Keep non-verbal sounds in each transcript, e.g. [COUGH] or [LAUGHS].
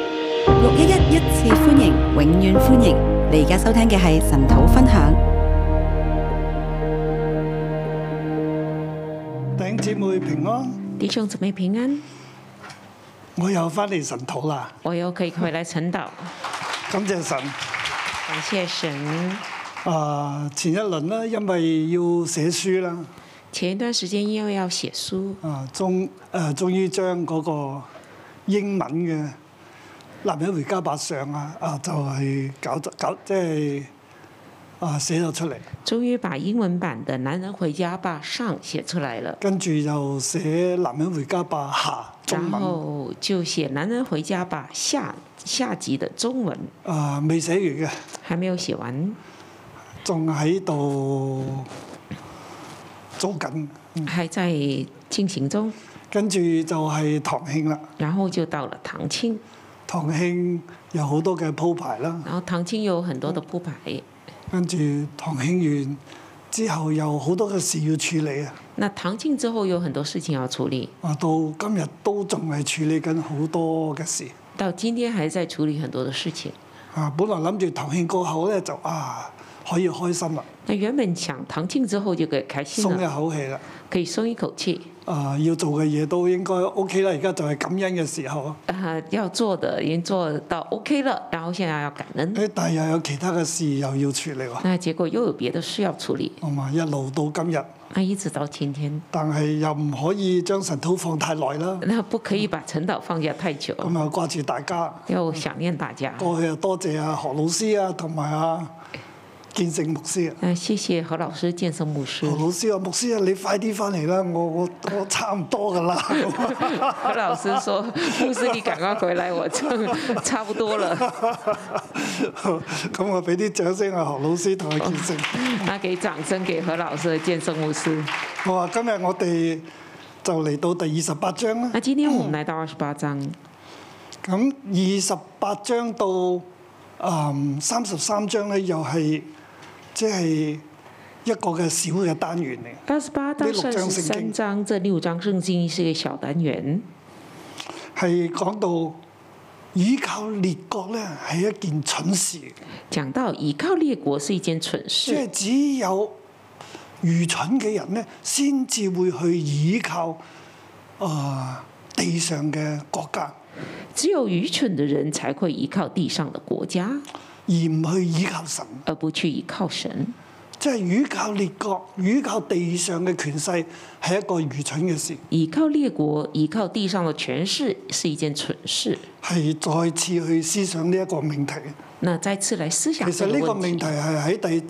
六一一一次歡迎，永遠歡迎！你而家收聽嘅係神土分享。弟兄姊妹平安，弟兄姊妹平安，我又翻嚟神土啦，我又可以回来晨祷，感謝神。感谢神。啊、前一輪啦，因為要寫書啦，前一段时间因为要写书，啊、終誒、呃、終於將嗰個英文嘅《男人回家百相》啊，啊就係、搞得搞即係啊寫咗出嚟，终于把英文版的《男人回家吧》上写出来了，跟住就寫《男人回家百下》中然文，后就写《男人回家吧》下下集的中文，啊未寫完嘅，还没有写完，仲喺度租緊，还在进行中。跟住就係唐慶啦。然后就到了唐庆，唐慶有好多嘅鋪排啦，然后唐庆有很多的铺排，跟住唐慶完之後有好多嘅事要處理啊！那唐庆之后有很多事情要处理，啊，到今日都仲係處理緊好多嘅事到今天还在处理很多的事情。啊！本來諗住唐慶過後咧就啊可以開心啦，那原本想唐庆之后就可以开心鬆了，一口氣啦。可以松一口气。啊！要做嘅嘢都應該 OK 啦，而家就係感恩嘅時候啊！啊、要做的已经做到 OK 了，然后现在要感恩。誒，但係又有其他嘅事又要處理喎，那结果又有别的事要处理，同埋一路到今日，那一直到今天，但係又唔可以將神土放太耐啦，那不可以把陈导放假太久，咁啊掛住大家。要想念大家。過去啊，多謝啊何老師啊，同埋啊建聖牧師啊。那谢谢何老师、健身牧师 [LAUGHS] 何。老師啊，牧師啊，你快啲翻嚟啦！我我我差唔多噶啦。何老师说：“牧师，你赶快回来，我就 [LAUGHS] 差不多了。啊咁我俾啲掌聲啊，何老師同阿建聖。”那给掌声给何老师和健身牧师。我話今日我哋就嚟到第二十八章啦。那今天我们来到二十八章，咁二十八章到嗯三十三章咧，又係即係一個嘅小嘅單元嚟。二十八到呢六章三十聖經三章这六章圣经是一个小单元。係講到倚靠列國咧係一件蠢事，讲到倚靠列国是一件蠢即係事，只有愚蠢嘅人咧先至會去倚靠啊、呃地上嘅國家，只有愚蠢的人才会依靠地上的国家，而唔去倚靠神。而不去依靠神。即係倚靠列國、倚靠地上嘅權勢係一個愚蠢嘅事，依靠列国、依靠地上的权势是一件蠢事。係再次去思想呢一個命題。那再次来思其想實这呢个個问命題题，係喺第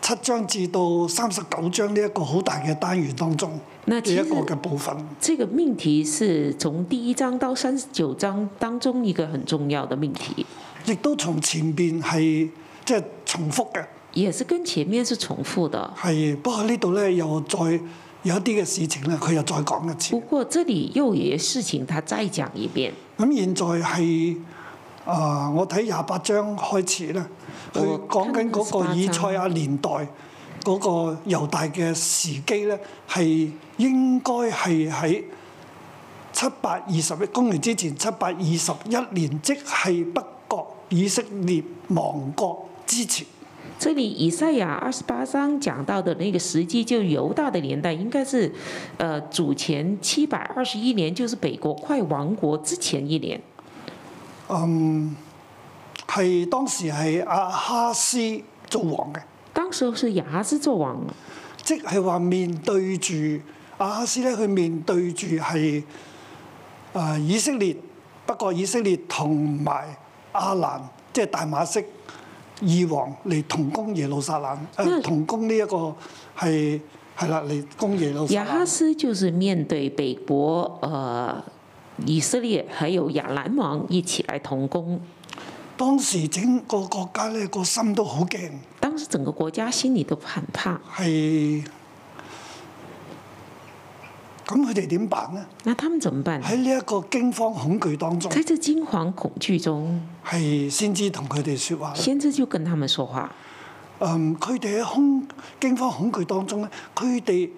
七章至到三十九章呢一個好大嘅單元當中那嘅其實一個嘅部分。这个命题是从第一章到三十九章当中一个很重要的命题，亦都從前邊係即係重複嘅，也是跟前面是重复的。係不過呢度咧又再有一啲嘅事情咧，佢又再講一次不。过这里又有些事情他再讲一遍。咁現在係啊、我睇廿八章開始咧，佢我講緊嗰個28以賽亞年代嗰個猶大嘅時機咧，係應該係喺七百二十一公元之前七百二十一年，即係北國以色列亡國之前。这里以赛亚二十八章讲到的那个时机，就犹大的年代，应该是，呃，主前七百二十一年，就是北国快亡国之前一年。係當時係阿哈斯做王嘅，当时候是亚哈斯做王，即係話面對住阿哈斯咧，佢面對住係誒以色列，不過以色列同埋阿蘭，即係大馬色二王嚟同攻耶路撒冷，誒、嗯同攻呢一個係係啦嚟攻耶路撒亚哈冷。斯就是面对北国，呃，以色列还有亚兰王一起来同工。當時整個國家咧個心都好驚，当时整个国家心里都很怕，係咁佢哋點辦呢？那他们怎么办？喺呢一個驚慌恐懼當中，在这惊惶恐惧中，係先知同佢哋説話。先知就跟他们说话。嗯，佢哋喺恐驚慌恐懼當中咧，佢哋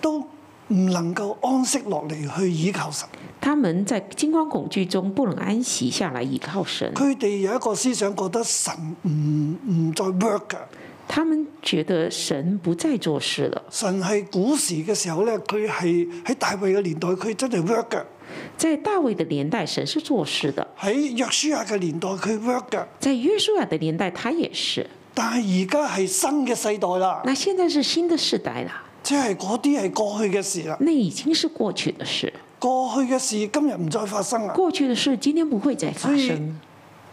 都唔能夠安息落嚟去倚靠神。他们在惊慌恐惧中不能安息下来，依靠神。佢哋有一個思想，覺得神唔唔再 work 㗎。他们觉得神不再做事了。神係古時嘅時候咧，佢係喺大衛嘅年代，佢真係 work 㗎；在大卫的年代，神是做事的；喺約書亞嘅年代，佢 work 㗎。在约书亚的年代，他也是。但係而家係新嘅世代啦，那现在是新的世代啦，即係嗰啲係過去嘅事啦。那已经是过去的事，過去嘅事今日唔再發生啦。过去的事今天不会再发所以生。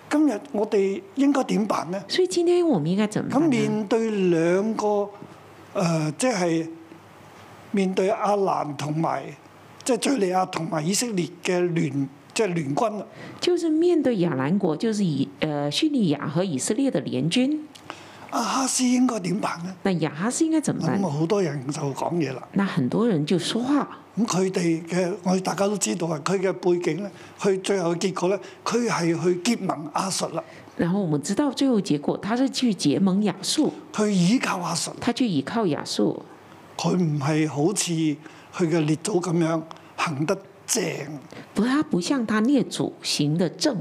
今日我哋應該點辦呢？所以今天我们应该怎么咁办呢？面對兩個誒、呃即係面對阿蘭同埋即係敍利亞同埋以色列嘅聯，即係聯軍啊啦。就是面对亚兰国，就是以呃叙利亚和以色列的联军，阿哈斯應該點辦呢？那亚哈斯应该怎么办咁？好多人就講嘢啦。那很多人就说话，咁佢哋嘅我哋大家都知道啊，佢嘅背景咧，佢最後嘅結果咧，佢係去結盟亞述啦，然后我们知道最后结果，他是去结盟亚述，佢倚靠亞述，他去倚靠亚述，佢唔係好似佢嘅列祖咁樣行得正，不，他不像他列祖行的正，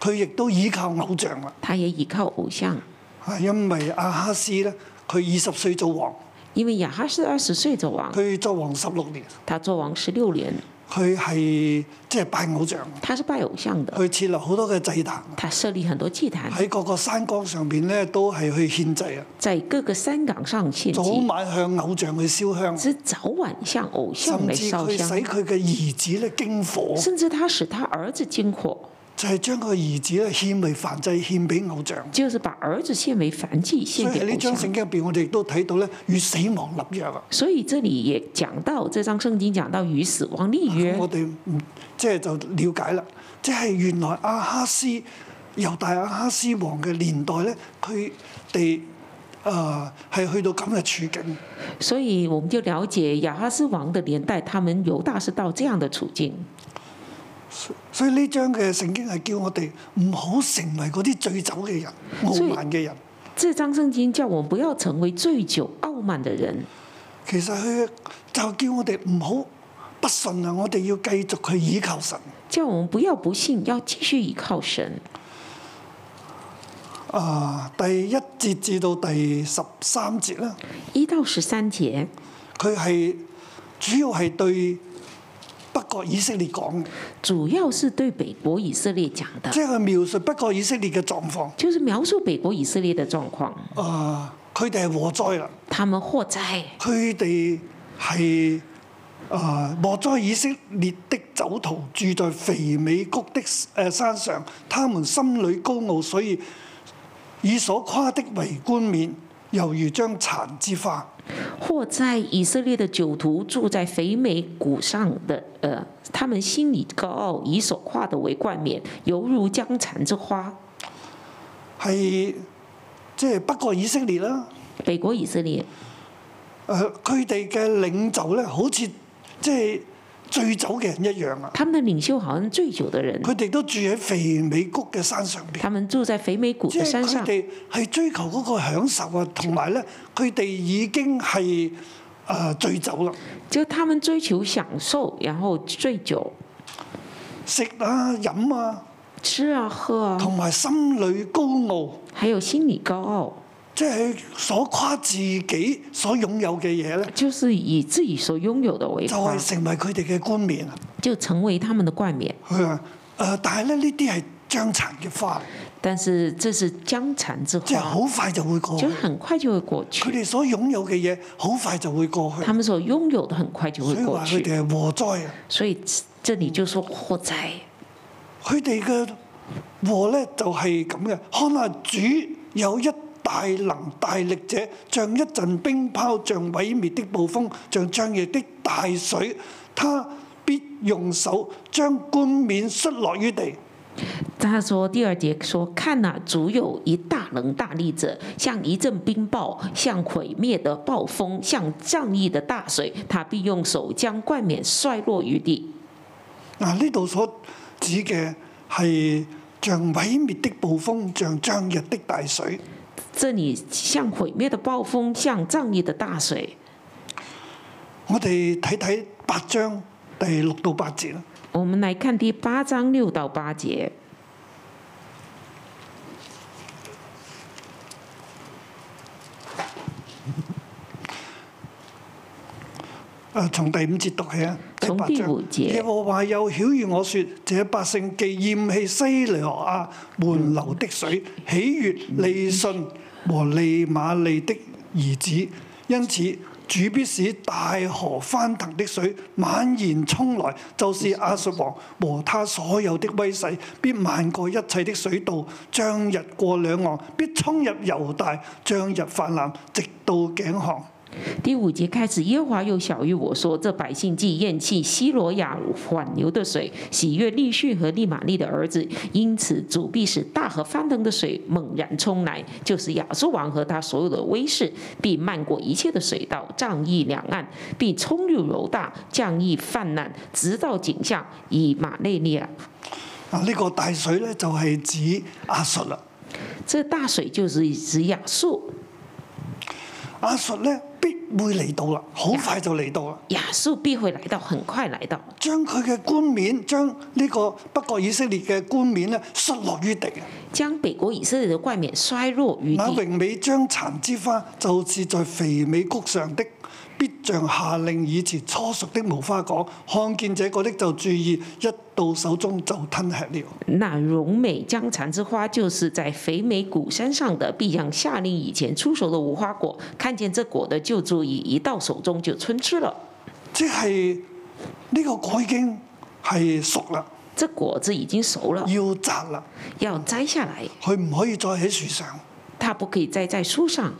佢亦都倚靠偶像啦。他也倚靠偶像。啊，因為阿哈斯咧，佢二十歲做王，因为亚哈斯二十岁做王，佢做王十六年，他做王十六年，佢係即係拜偶像，他是拜偶像的，佢設立好多嘅祭壇，他设立很多祭坛，喺各個山崗上邊咧都係去獻祭啊，在各个山岗上献早祭，晚向偶像去燒香，是早晚向偶像甚来至烧佢使香，佢嘅兒子咧經火，甚至他使他儿子经火，就係將佢兒子咧獻為燔祭，獻俾偶像。就是把儿子献为燔祭，所献以喺给呢偶張聖像。經入邊，我哋亦都睇到咧與死亡立約啊。所以这里也讲到这张圣经讲到与死亡立约咁，我哋唔即係就了解啦，即係原來阿哈斯猶大阿哈斯王嘅年代咧，佢哋誒係去到咁嘅處境，所以我们就了解亚哈斯王的年代，他们犹大是到这样的处境。所以呢章嘅聖經係叫我哋唔好成為嗰啲醉酒嘅人、傲所以慢嘅人。这张圣经叫我们不要成为醉酒傲慢的人，其實佢就叫我哋唔好不信啊！我哋要繼續去倚靠神。叫我们不要不信，要继续依靠神。啊、第一節至到第十三節啦。一到十三节，佢係主要係對北國以色列講嘅，主要是对北国以色列讲的即，係佢描述北國以色列嘅狀況。就是描述北国以色列的状况，啊、佢哋係禍災啦，他们祸灾，佢哋係啊禍災以色列的酒徒住在肥美谷的誒、呃山上，他們心裏高傲，所以以所誇的為冠冕，猶如將殘之花。祸灾以色列的酒徒住在肥美谷上的，呃，他们心里高傲，以所夸的为冠冕，犹如将残之花。係即係北國以色列啦。北国以色列，誒佢哋嘅領袖咧，好似即係醉酒嘅人一樣啊！他们的领袖好像醉酒的人，佢哋都住喺肥美谷嘅山上邊，他们住在肥美谷即的係山佢上。哋係追求嗰個享受啊，同埋咧，佢哋已經係誒、呃醉酒啦，就他们追求享受，然后醉酒、食啊飲啊，吃啊、喝啊，同埋心裏高傲，还有心理高傲，即係佢所誇自己所擁有嘅嘢咧，就是以自己所擁有的为就夸係、，成為佢哋嘅冠冕啊！就成为他们的冠冕。佢話誒，但係咧呢啲係將殘嘅花，但是这是江残之即係花好，快就會過去就。很快就会過佢去。哋所擁有嘅嘢好快就會過去他，们所擁有的很快就所会以過話佢去，哋係禍災啊！所以这里就说祸灾。佢哋嘅禍咧就係咁嘅。看下主有一大能大力者，像一陣冰雹，像毀滅的暴風，像漲溢的大水，他必用手將冠冕摔落於地。他说第二节说：“看呐、主有一大能大力者，像一阵冰雹，像毁灭的暴风，像仗义的大水，他必用手将冠冕摔落于地。嗱，呢度所指嘅係像毀滅的暴風，像漲溢的大水。”这里像毁灭的暴风，像仗义的大水，我哋睇睇八章第六到八節啦。我们来看第八章六到八节。誒，從啊第五節讀起啊，第從八第五章。節耶和華又曉喻我說：這百姓既厭棄西羅亞門流的水，喜悅利信和利瑪利的兒子，因此主必使大河翻騰的水猛然衝來，就是亞述王和他所有的威勢，必漫過一切的水道，漲日過兩岸，必衝入猶大，漲日泛濫，直到頸項。第五节开始，耶和华又小谕我说：“这百姓既厌弃希罗亚缓流的水，喜悦利逊和利玛利的儿子，因此主必使大河翻腾的水猛然冲来，就是亚述王和他所有的威势，必漫过一切的水道，仗义两岸，必冲入犹大，降义泛滥，直到景象以马内利亚。啊！呢、個大水咧就係指亞述啦。这大水就是指亚述，亞述咧必會嚟到啦，好快就嚟到啦。亚述必会来到，很快来到，將佢嘅冠冕，將呢個北國以色列嘅冠冕咧摔落於地。将北国以色列的冠冕衰落于那地。”榮嗯美將殘之花，就是在肥美谷上的，必像下令以前初熟的無花果。看見這個的就注意，一到手中就吞吃了。那荣美江蚕之花，就是在肥美谷山上的，必将下令以前出手的无花果，看见这果的就注意，一到手中就吞吃了。即係呢個果已經係熟啦，这果子已经熟了，要摘啦，要摘下来，佢唔可以再喺樹上，它不可以栽在树上，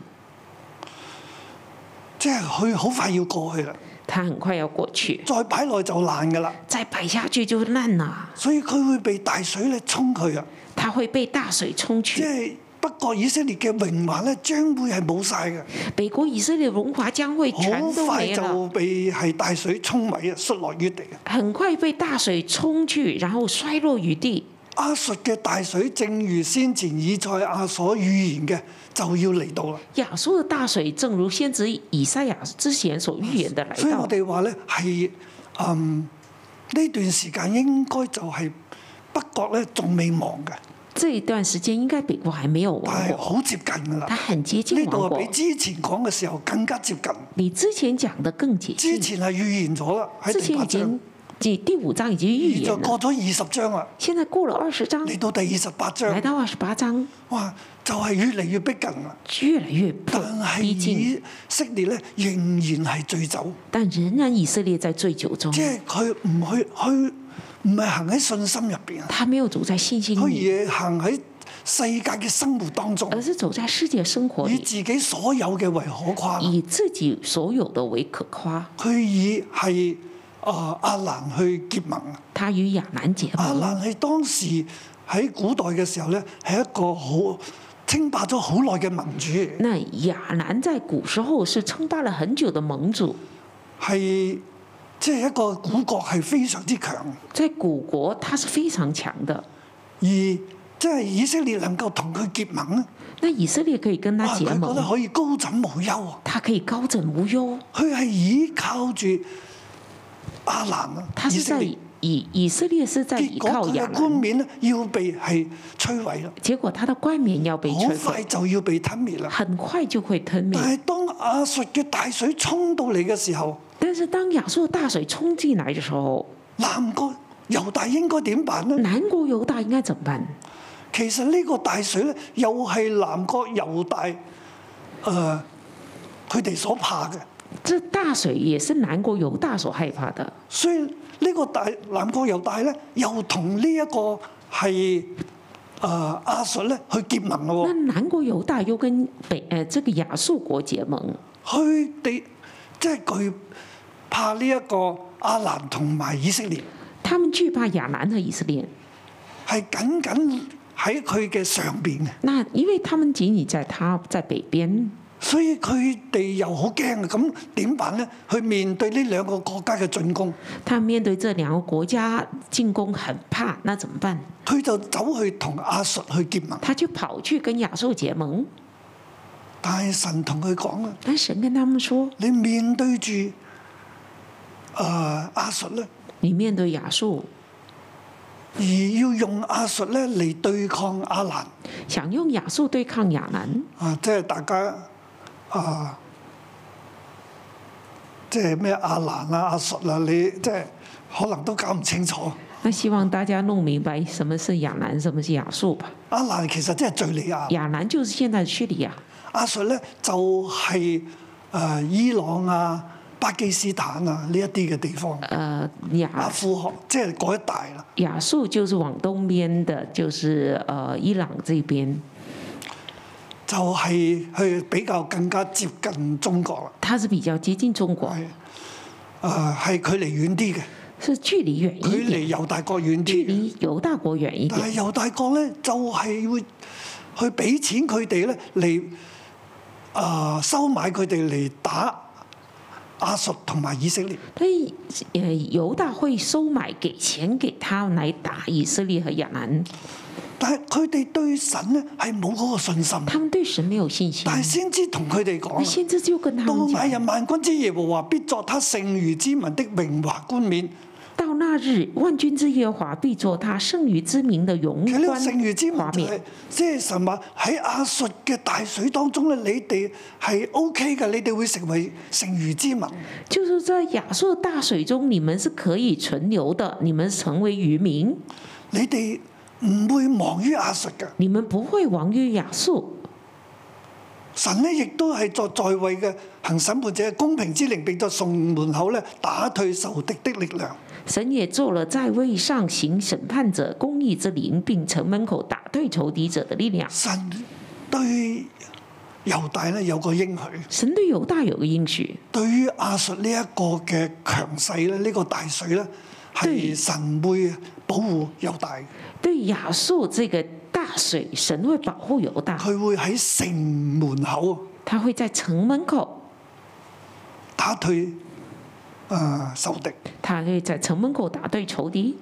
即係佢好快要過去啦。它很快要過去，再擺耐就爛㗎啦，再摆下去就烂了，所以佢會被大水咧沖佢啊！它会被大水冲即去。係北國以色列嘅榮華咧，將會係冇晒嘅，北国以色列荣华将会全好都快没了，就被係大水沖毀啊，摔落於地啊！很快被大水冲去，然后衰落于地。亞述嘅大水，正如先前以賽亞所預言嘅，就要嚟到啦。亚述的大水，正如先知以赛亚之前所预言的来所以到我。哋話咧係嗯呢段時間應該就係北國咧仲未亡嘅，这一段时间应该北国还没有但亡係国，好接近㗎啦它。很接呢近度亡啊国比。之前講嘅時候更加接近。你之前讲的更接之近，前係預言咗啦，喺之第前八章已经，第第五章已经预而就言嗯了，過咗二十章啦，现在过了二十章，嚟到第二十八来章，到二十八章，哇，就係越嚟越逼近啦。越来越但係逼近，以色列咧仍然係醉酒，但仍然以色列在醉酒中即，係佢唔去去唔係行喺信心入邊啊，他没有走在信心佢里，而係行喺世界嘅生活當中，而是走在世界生活以里，自己所有嘅為可夸。以自己所有的为可夸。佢以係啊阿蘭去結盟啊，他与亚兰结阿盟，蘭係啊當時喺古代嘅時候咧係一個好稱霸咗好耐嘅盟主嚟嘅。那亚兰在古时候是称霸了很久的盟主，係即係一個古國係非常之強，在古国他是非常强的。而即係以色列能夠同佢結盟咧，那以色列可以跟哇！他佢结覺得盟，可以高枕無憂啊！他可以高枕无忧。佢係依靠住阿蘭啊，他以是色在列，以以色列是在結倚果靠佢亚嘅冠兰，冕咧要被係摧毀啦，结果他的冠冕要被好摧快啊哎毁，就要被吞滅啦。很快就会吞灭但。係當亞述嘅大水沖到嚟嘅時候，但是当亚述大水冲进来的时候，南國猶大應該點辦呢？南国犹大应该怎么办？其實呢個大水咧，又係南國猶大誒佢哋所怕嘅，这大水也是南国犹大所害怕的，所以呢個大南國猶大咧，又同呢一個係誒亞述咧去結盟那咯南国犹大又跟北呃这个亚述国结盟，喎，佢哋即係佢怕呢一個亞蘭同埋以色列他们惧怕亚兰和以色列。係緊緊喺佢嘅上邊嘅，那因为他们仅仅在他在北边，所以佢哋又好驚啊！咁點辦咧？去面對呢兩個國家嘅進攻，他面对这两个国家进攻很怕，那怎么办？佢就走去同亞述去結盟。他就跑去跟亚述结盟，但係神同佢講啦，啊但神跟他们说：你面對住誒亞述咧，你面对亚述，而要用亞述咧嚟對抗亞蘭想用亚述对抗亚兰，啊，即係大家啊，即係咩亞蘭啊、亞述啊，你即係可能都搞唔清楚。那希望大家弄明白什么是亚兰，什么是亚述吧。亞蘭其實即係敍利亞，亚兰就是现在的叙利亚，亞述咧就係、誒伊朗啊、巴基斯坦啊呢一啲嘅地方，呃，阿亚富汗即係嗰一帶啦。亚述就是往东边的，就是呃伊朗这边，就係去比較更加接近中國啦，它是比较接近中国，係誒係距離遠啲嘅，是距离远距一離点，猶大國遠距啲嘅。离犹大国远一但点。係猶大國咧就係、會去俾錢佢哋咧嚟誒收買佢哋嚟打亞述同埋以色列，所以，呃，犹大会收买给钱给他来打以色列和亚兰，但係佢哋對神咧係冇嗰個信心。他们对神没有信心但。係先知同佢哋講啊那。先知就跟他到们那讲。日，萬軍之耶和華必作他剩餘之民的榮華冠冕。到那日，万军之耶和华必作他剩余之名的荣其實呢個冠剩餘之民华就冕。係即係神話喺亞述嘅大水當中咧，你哋係 O K 嘅，你哋會成為剩餘之民。就是在亚述大水中，你们是可以存留的，你们成为渔民，你哋唔會亡於亞述嘅。你们不会亡于亚述。神咧亦都係作在位嘅行審判者，公平之靈並作送門口咧，打退仇敵的力量。神也做了在位上行审判者、公义之灵，并城门口打退仇敌者的力量。神對猶大咧有個應許，神对犹大有個应许，對於亞述呢一個嘅強勢咧，呢、個大水咧係對神會保護猶大嘅。对亚述这个大水，神会保护犹大，佢會喺城門口啊他会在城门口，打退誒仇敵，他会在城门口打对仇敌。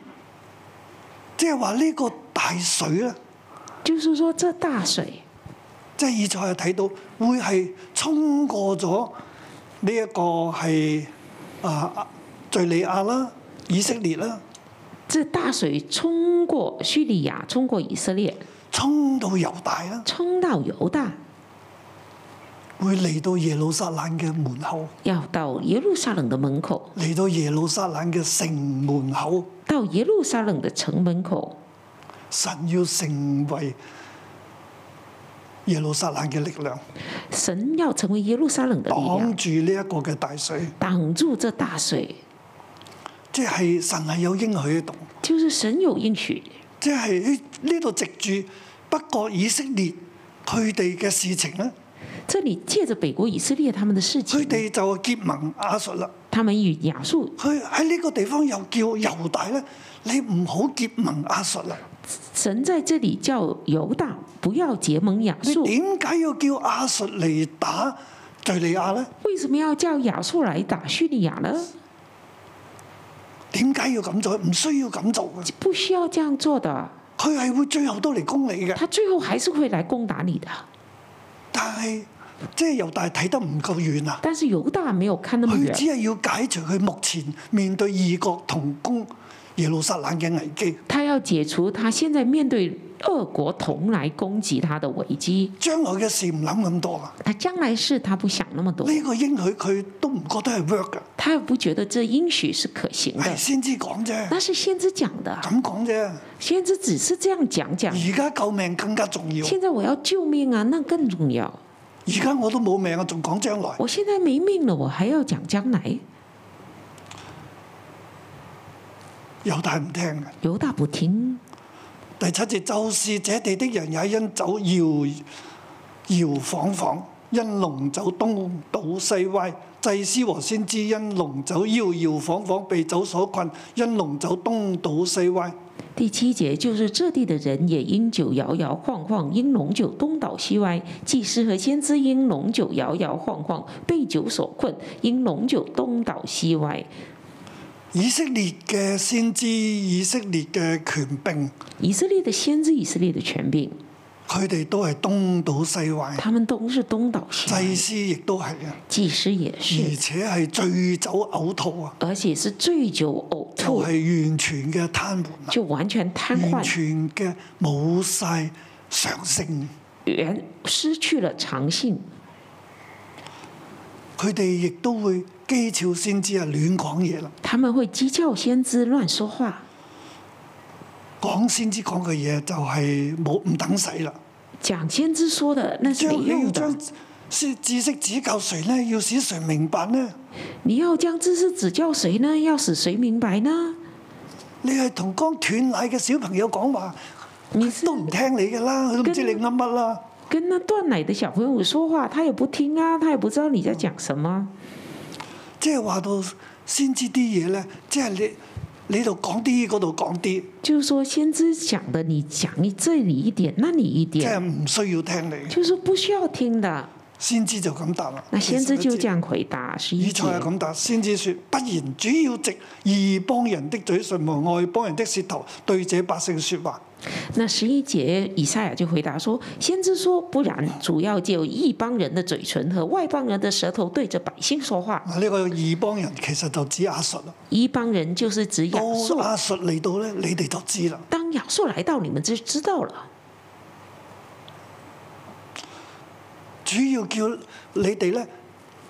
即係話呢個大水咧，就是说，这大水即係以賽係睇到會係衝過咗呢一個係啊敍利亞啦、以色列啦，这大水冲过叙利亚，冲过以色列，衝到猶大啦，冲到犹大，會嚟到耶路撒冷嘅門口，要到耶路撒冷的门口，嚟到耶路撒冷嘅城門口，到耶路撒冷的城门口，神要成為耶路撒冷嘅力量，神要成为耶路撒冷的力擋量，住呢一個嘅大水。挡住这大水。即係神係有應許喺度，就是神有应许，即係喺呢度藉住北國以色列佢哋嘅事情咧，这里借着北国以色列他们的事佢情，哋就結盟亞述啦。他们与亚述佢喺呢個地方又叫猶大咧，你唔好結盟亞述啦。神在这里叫犹大不要结盟亚你述。點解要叫亞述嚟打敍利亞咧？为什么要叫亚述来打叙利亚呢？點解要咁做？唔需要咁做嘅，不需要这样做的，佢係會最後都嚟攻你嘅。他最后还是会来攻打你的。但係即係猶大睇得唔夠遠啊！但是犹大没有看那么佢远，只係要解除佢目前面對異國同工耶路撒冷嘅危機。他要解除他现在面对俄国同来攻击他的危机。將來嘅事唔諗咁多啦。他将来事他不想那么多，呢、個應許佢都唔覺得係 work 嘅，他也不觉得这应许是可行的係。先知講啫，那是先知讲的，咁講啫。先知只是这样讲讲。而家救命更加重要。现在我要救命啊，那更重要。而家我都冇命，我啊仲講將來。我现在没命了，我还要讲将来。猶大唔聽啊嘅。犹大不听，第七節就是這地的人也因酒搖搖晃晃，因濃酒東倒西歪。祭司和先知因濃酒搖搖晃晃被酒所困，因濃酒東倒西歪。第七节就是这地的人也因酒摇摇晃晃，因浓酒东倒西歪；祭司和先知因浓酒摇摇晃晃，被酒所困，因浓酒东倒西歪。以色列嘅先知，以色列嘅權柄。以色列的先知，以色列的权柄，佢哋都係東倒西歪，他们都是东倒西歪，祭司亦都係啊，祭司也而是，且係醉酒嘔吐啊，而且是醉酒呕就吐，係完全嘅癱瘓啊，就完全瘫完痪，全嘅冇晒常性。原失去了常性，佢哋亦都會讥诮先知啊，亂講嘢啦，他们会讥诮先知，乱说话，講先知講嘅嘢就係冇唔等使啦。讲先知说的那是將没你要用的將。知知識指教誰呢？要使誰明白呢？你要将知识指教谁呢？要使谁明白呢？你係同剛斷奶嘅小朋友講話，你是都唔聽你嘅啦，佢都唔知你跟噏乜啦。跟那断奶的小朋友说话，他也不听啊，他也不知道你在讲什么。即係話到先知啲嘢咧，即係你你度講啲，嗰度講啲，就是说，先知讲的，你讲一这里一点，那里一即点，係唔需要聽你。就是不需要听的。先知就咁答啦。那先知第就这十一節样回答十一以节賽。亞咁答，先知說：不然，主要藉異邦人的嘴唇和外邦人的舌頭對這百姓説話。那十一节以赛亚就回答说：“先知说，不然，主要借由异邦人的嘴唇和外邦人的舌头对着百姓说话。啊嗱，呢個異邦人其實就指亞述啦。一邦人就是指到亚述，亞述嚟到咧，你哋就知啦。当亚述来到，你们就知道了。主要叫你哋咧，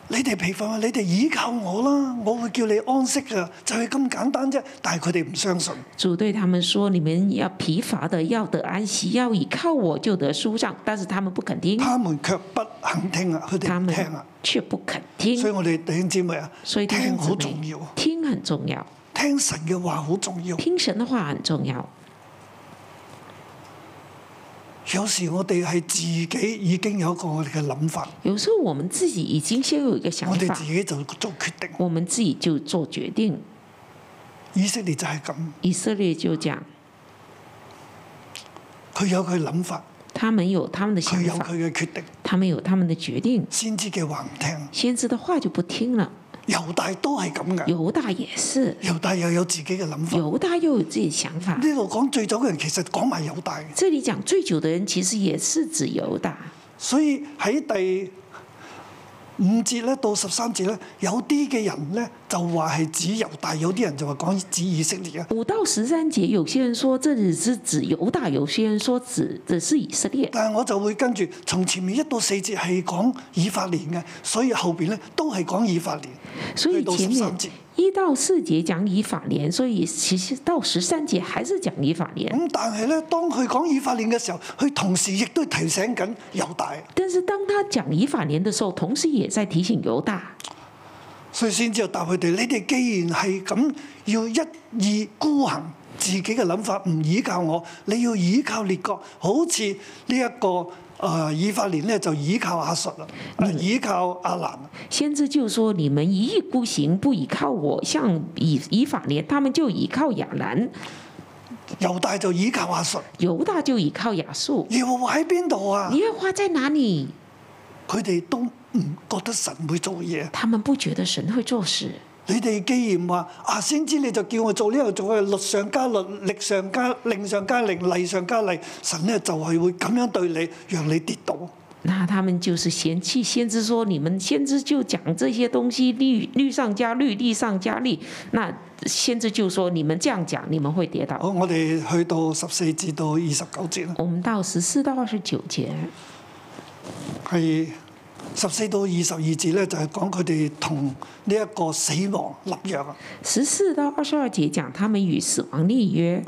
你哋疲乏啊，你哋倚靠我啦，我會叫你安息噶，就係咁簡單啫。但係佢哋唔相信，主对他们说：你们要疲乏的，要得安息，要倚靠我就得舒畅。但是他们不肯听，他們卻不肯聽啊，佢哋嗯他唔们聽啊。却不肯所以听。我哋弟兄姊妹啊，所以弟兄聽姊好妹重要，听很重要，聽神嘅話好重要。听神的话很重要。有時我哋係自己已經有一個我哋嘅諗法，有时候我们自己已经先有一个想我哋法自，己就做決定。我们自己就做决定。以色列就係咁，以色列就讲，佢有佢諗法，他们有他们的想佢有法佢，嘅決定，他们有他们的决定，先知嘅話唔聽。先知的话就不听了。猶大都係咁嘅，犹大也是，猶大又有自己嘅諗法。犹大又有自己的想法。呢度講最早嘅人其實講埋猶大嘅，这里讲醉酒的人，其实也是指犹大。所以喺第五節咧到十三節咧，有啲嘅人咧就話係指猶大，有啲人就話講指以色列啊。五到十三节，有些人说这里是指犹大，有些人说指的是以色列。但係我就會跟住從前面一到四節係講以法蓮嘅，所以後邊咧都係講以法蓮。所以对前都面是13节一到四节讲以法莲，所以其实到十三节还是讲以法莲。咁但係咧，當佢講以法蓮嘅時候，佢同時亦都提醒緊猶大，但是当他讲以法莲的时候，同时也在提醒犹大。所以先至答佢哋：你哋既然係咁，要一意孤行，自己嘅諗法唔倚靠我，你要倚靠列國，好似呢一個誒、呃以法蓮咧就倚靠亞述啦，呃倚靠亞蘭。先知就说：“你们一意孤行，不依靠我，像以以法莲，他们就依靠亚兰，猶大就倚靠亞述。犹大就依靠亚述。耶和華喺邊度啊？耶和华在哪里？佢哋都唔覺得神會做嘢。他们不觉得神会做事。你哋既然話啊，先知你就叫我做呢度做去，律上加律，力上加令上加令，例上加例，神咧就係會咁樣對你，讓你跌倒。那他们就是嫌弃先知说，你们先知就讲这些东西，律律上加律，律上加律。那先知就说，你们这样讲，你们会跌好，倒。哦我哋去到十四至到二十九節啦，我们到十四到二十九节，係十四到二十二節咧，就係講佢哋同呢一個死亡立約啊。十四到二十二节讲他们与死亡立约。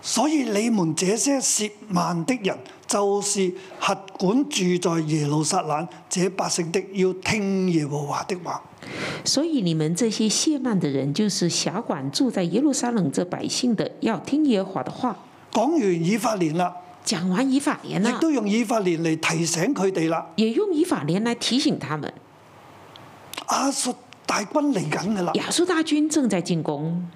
所以你們這些褻慢的人，就是轄管住在耶路撒冷這百姓的，要聽耶和華的話。所以你们这些懈慢的人，就是辖管住在耶路撒冷这百姓的，要听耶和华的话。講完以法蓮啦，讲完以法莲亦了，都用以法蓮嚟提醒佢哋啦。也用以法莲来提醒他们，亞述啊大軍嚟緊噶啦，亚述大军正在进攻，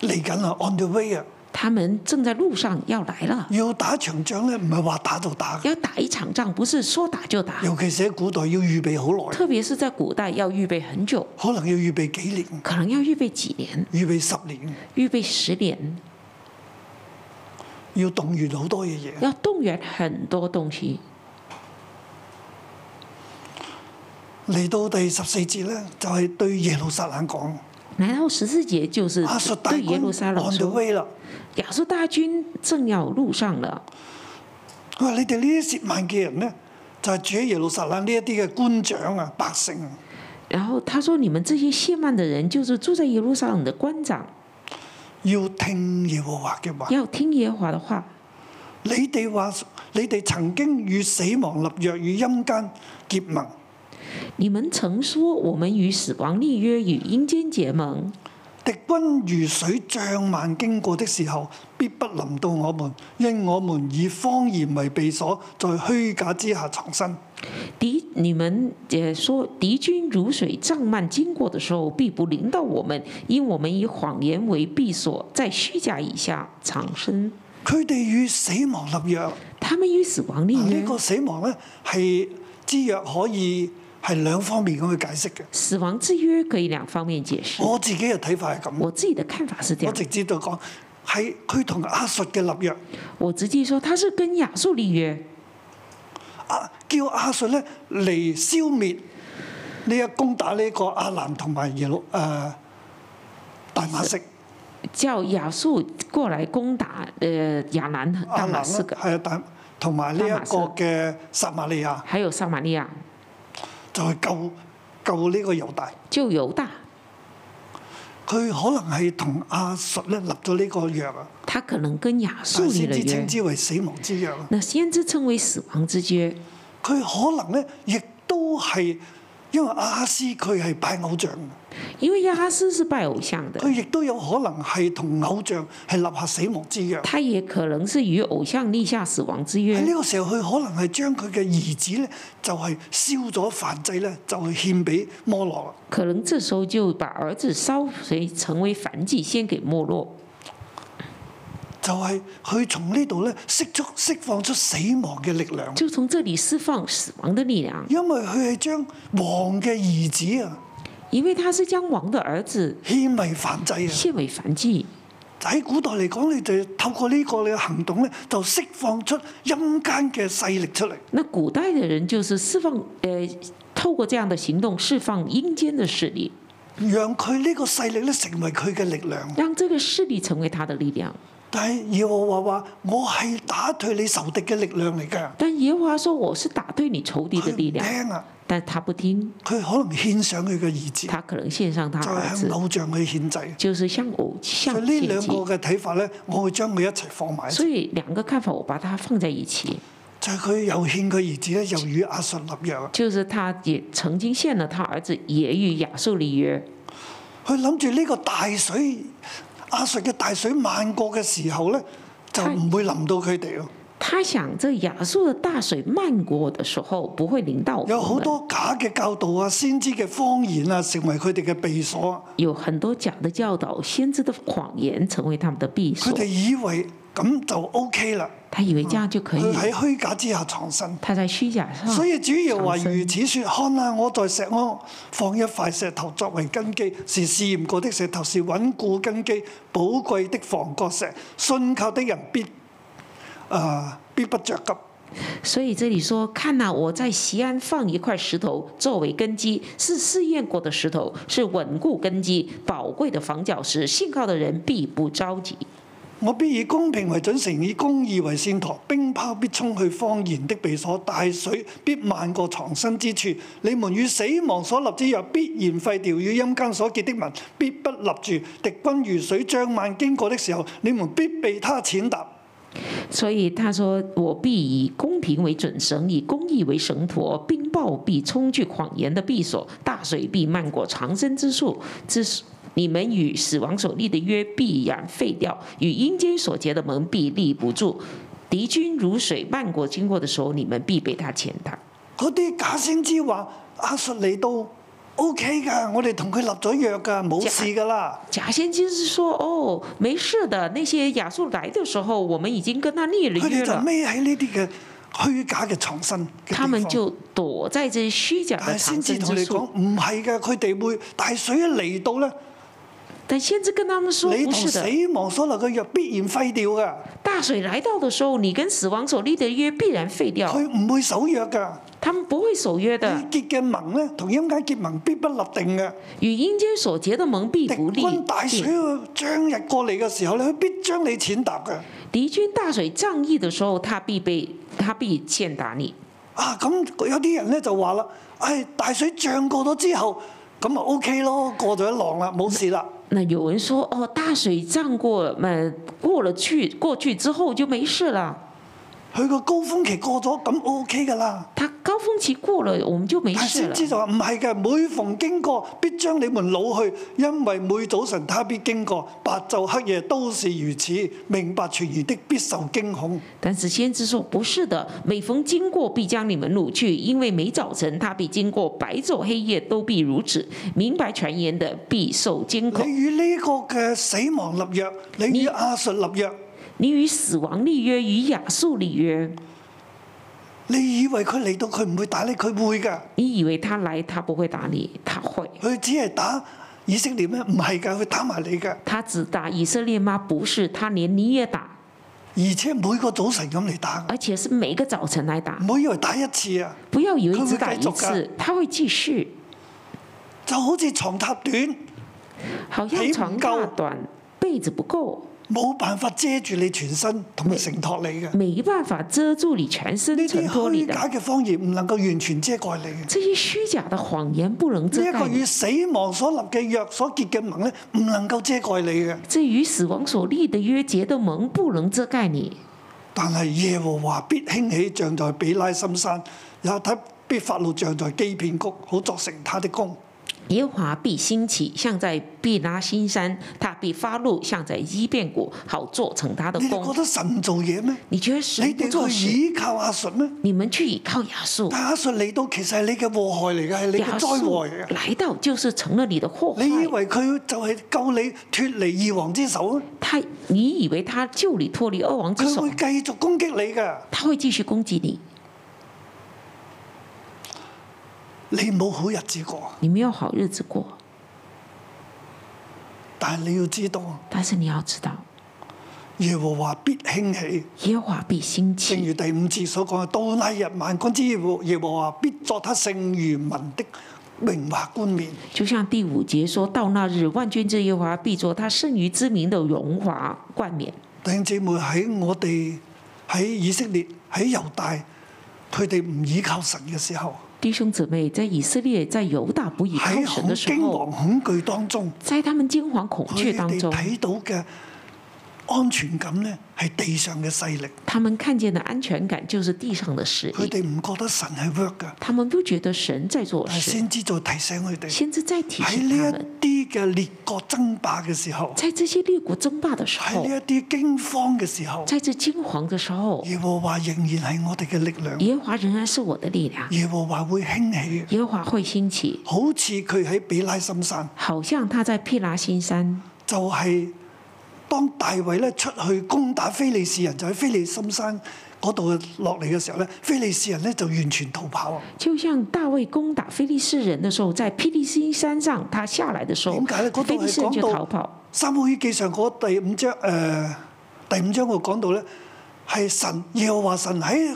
嚟緊啦，on the way 啊！他们正在路上要来了。要打場仗咧，唔係話打就打嘅，要打一场仗，不是说打就打，尤其是喺古代要預備好耐，特别是在古代要预备很久，可能要預備幾年、可能要预备几年，預備十年，预备十年。要動員好多嘅嘢。要动员很多东西。嚟到第十四節咧，就係、對耶路撒冷講：来到十四节就是亞述大对 Mm 耶路撒軍冷 on the 说， way 啦。亚述大军正要路上了，佢話：你哋呢啲涉萬嘅人咧，就係、住喺耶路撒冷呢一啲嘅官長啊、百姓啊，然后他说：“你们这些谢曼的人，就是住在耶路撒冷的官长，要聽耶和華嘅話。要听耶和華的话。你哋話：你哋曾經與死亡立約，與陰間結盟。你們曾说，我们与死亡立约，与阴间结盟。敵軍如水漲漫經過的時候，必不臨到我們，因我們以謊言為避所，在虛假之下藏身。敌，你们也说，敌军如水涨漫经过的时候，必不临到我们，因我们以谎言为避所，在虚假以下藏身。佢哋與死亡立約，呢、他们与死亡立约。個死亡啊呢，係之約可以係兩方面咁去解釋嘅。死亡之约可以兩方面解釋。我啊自己嘅睇法係咁，哦嗯我自己的看法是这我样，直接就講係佢同阿述嘅立約，我直接说，他是跟亚述立约。”啊叫阿述呢嚟消滅呢一攻打呢個阿蘭同埋耶路誒、呃大馬色。叫亚述过来攻打呃亚兰阿大蘭马啦，士革，係啊，但同埋呢一個嘅撒瑪利亞还有撒玛利亚，就係救救呢個猶大，就犹大，佢可能係同阿述咧立咗呢個約啊，他可能跟亚述但係立先了至稱约。之為死亡之約啊。那先知称为死亡之约，佢可能咧亦都係因為阿哈斯佢係拜偶像，因为亚哈斯是拜偶像佢亦的，都有可能係同偶像係立下死亡之約。他也可能是与偶像立下死亡之喺呢约。個時候，佢可能係將佢嘅兒子咧，就係燒咗燔祭咧，就係獻俾摩洛啦。可能这时候就把儿子烧为成为燔祭，献给没落。就係佢從呢度咧釋出釋放出死亡嘅力量，就从这里释放死亡的力量，因為佢係將王嘅兒子啊因为他是将王的儿子獻為燔祭啊！献为燔祭。喺古代嚟講，你就透過呢個嘅行動咧，就釋放出陰間嘅勢力出嚟。那古代的人就是释放，呃，透过这样的行动释放阴间的势力，讓佢呢個勢力咧成為佢嘅力量，让这个势力成为他的力量。但係耶和華話：我係打退你仇敵嘅力量嚟㗎。但耶和华说：“我是打退你仇敌佢的唔力量。聽啊！”但他不听，佢可能獻上佢嘅兒子，他可能献上他就儿係子向，偶像去獻祭。就是向偶所像以呢献兩個祭。嘅睇法咧，我會將佢一齊放埋一齊所以两个看法，我把它放在一起，就係佢又獻佢兒子咧，又與阿述立約啊！就是他也曾经献了他儿子，也与亚述立约。佢諗住呢個大水，阿述嘅大水漫過嘅時候咧，就唔會淋到佢哋咯。他想，这亚述的大水漫过的时候，不会淋到我们。有好多假嘅教導啊、先知嘅方言啊，成為佢哋嘅避所啊。有很多假的教导、先知的谎言成为他们的避佢所哋。以為咁就 O K 啦，他以为这样就可以佢了，喺虛假之下藏身。他在虚假上。嗯所以主要話藏身如此説：看啊，我在石安放一塊石頭作為根基，是試驗過的石頭，是穩固根基、寶貴的房角石。信靠的人必啊、必不着急。所以这里说，看呐、我在西安放一块石头作为根基，是试验过的石头，是稳固根基、宝贵的房角石。信靠的人必不着急。我必以公平為準繩，以公義為線陀，冰雹必衝去方言的避所，大水必漫過藏身之處。你們與死亡所立之約必然廢掉，與陰間所結的民必不立住。敵軍如水漲漫經過的時候，你們必被他踐踏。所以他说：“我必以公平为准绳，以公义为绳砣，冰雹必冲去谎言的避所，大水必漫过长生之树。之你们与死亡所立的约必然废掉，与阴间所结的盟必立不住。敌军如水漫过经过的时候，你们必被他践踏。嗰啲假先知話阿述嚟到 O K 㗎，我哋同佢立咗約㗎，冇事㗎啦。假先知是说：“哦，没事的，那些亚述来的时候，我们已经 [LAUGHS] 跟他立了佢约哋就了。”孭喺呢啲嘅虛假嘅藏身嘅地他们方就躲在这虚假但的係先长生至同之你树講，。唔係嘅，佢哋會大水一嚟到咧，但先知跟他们说你不同是死的，啊亡所立嘅約必然廢掉㗎，大水来到的时候，你跟死亡所立的约必然废掉，佢唔會守約㗎。他们不会守约你的，結嘅盟咧，同陰間結盟必不立定嘅。与阴间所结的盟必敵不立。軍大水將日過嚟嘅時候咧，佢必將你踐踏嘅。敌军大水仗义的时候，他必被他必欠打你。啊，咁有啲人咧就話啦，唉、大水漲過咗之後，咁咪 O K 咯，過咗一浪啦，冇事啦。那有人说哦，大水涨过了，呃，过了去过去之后就没事了。佢個高峰期過咗，咁 O K 噶啦。他高峰期過了，我們就沒但事先了。知就話唔係嘅，每逢經過必將你們老去，因為每早晨他必經過，白晝黑夜都是如此。明白傳言的必受驚恐。但是先知说不是的，每逢经过必将你们掳去，因为每早晨他必经过，白昼黑夜都必如此。明白传言的必受惊你恐。與呢個嘅死亡立約，你與亞述立約，你与死亡立约，与亚述立约。你以為佢嚟到佢唔會打你，佢會㗎。你以为他来他不会打你，他会。佢只係打以色列咩？唔係㗎，佢打埋你㗎，他只打以色列吗？不是，他连你也打，而且每個早晨咁嚟打。而且是每个早晨来打。唔好以為打一次啊，不要以为只打他会继一续次，他会继续。就好似床榻短，好起像唔床够大短，被子不够，冇辦法遮住你全身同埋承托你嘅。没办法遮住你全呢身啲承托你虛的。假嘅方言唔能夠完全遮蓋你嘅。这些虚假的谎言不能呢遮一個盖你與，死亡所立嘅約所結嘅盟咧，唔能夠遮蓋你嘅。这与死亡所立的约结的盟不能遮盖你。但係耶和華必興起像在比拉深山，也他必發怒像在基片谷，好作成他的功。耶和华必兴起，像在必拉新山；他必发怒，像在伊遍谷，好做成他的你哋功覺。得神唔做嘢咩？你觉得你神不做哋去事，倚靠亞述咩？你们去倚靠亚述，但亞述嚟到其實係你嘅禍害嚟嘅，係你嘅亚災述禍嚟嘅。来到就是成了你的祸害。你以為佢就係救你脱離二王之手啊？他，你以为他救你脱离二王之佢手會，繼續攻擊你㗎。他会继续攻击你，你冇好日子過，你没有好日子过。但係你要知道。但是你要知道，耶和華必興起，耶和华必兴正起。如第五節所講嘅，到那日萬軍之耶和耶和華必作他剩餘民的榮華冠冕。就像第五节说到那日，万军之耶和华必作他剩余之民的荣华冠冕。弟兄姊妹喺我哋喺以色列喺猶大，佢哋唔倚靠神嘅時候，弟兄姊妹，在以色列在犹大不倚靠喺神恐的时驚惶候，恐懼當中，在他们惊惶恐佢惧当哋中，睇到嘅安全感呢，係地上嘅勢力，他们看见的安全感就是地上的实佢力，哋唔覺得神係 work 嘅，他们不觉得神在做但係事。先知就提醒佢哋先知在提喺醒他呢们，一啲嘅列國爭霸嘅時候。在这些列国争霸的时喺候，呢一啲驚慌嘅時候，在这惊惶的时候，耶和華仍然係我哋嘅力量，耶和华仍然是我的力量，耶和華會興起，耶和华会兴起，好似佢喺比拉深山，好像他在毗拉新山。就係、當大衛咧出去攻打非利士人，就喺非利深山嗰度落嚟嘅時候咧，非利士人咧就完全逃跑。啊就像大卫攻打非利士人的时候，在非利士山上，他下来的时候点解呢嗰，度非利士人就逃跑。三好記記上嗰第五章誒、呃第五章我講到咧，係神耶和華神喺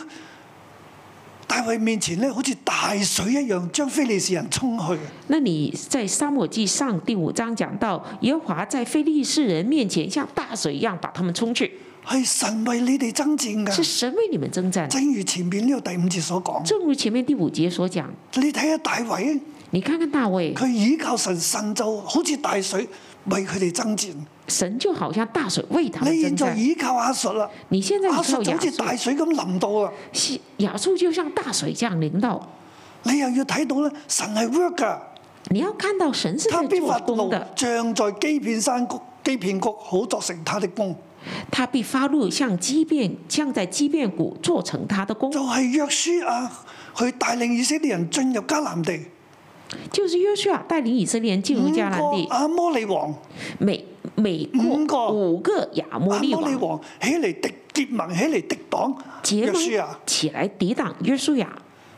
大衛面前咧，好似大水一樣將非利士人沖去。那你在沙漠记上第五章讲到，耶和华在非利士人面前像大水一样把他们冲去，係神為你哋爭戰是㗎。神为你们征战。正如前面呢個第五節所講，正如前面第五节所讲，你睇下大衛，啊你看看大卫，佢倚靠神，神就好似大水為佢哋爭戰。神就好像大水为他们你征現在战。倚靠亞述啦，你现在依亞靠述就亚好似大述，水咁淋到啊啦。西亚述就像大水这样淋到。你又要睇到咧，神係 work 㗎，你要看到神是他在必做發工怒的，，像在基片山谷。基片谷好作成他的功，他必发怒，像畸变，像在畸变谷做成他的功。就係、約書亞去帶領以色列人進入迦南地，就是约书亚带领以色列人进入五迦南地個，阿摩利王，每每五过个五个亚摩阿利摩利王王起嚟敵結盟，起嚟敵擋结約盟書亞。起来抵挡约书亚。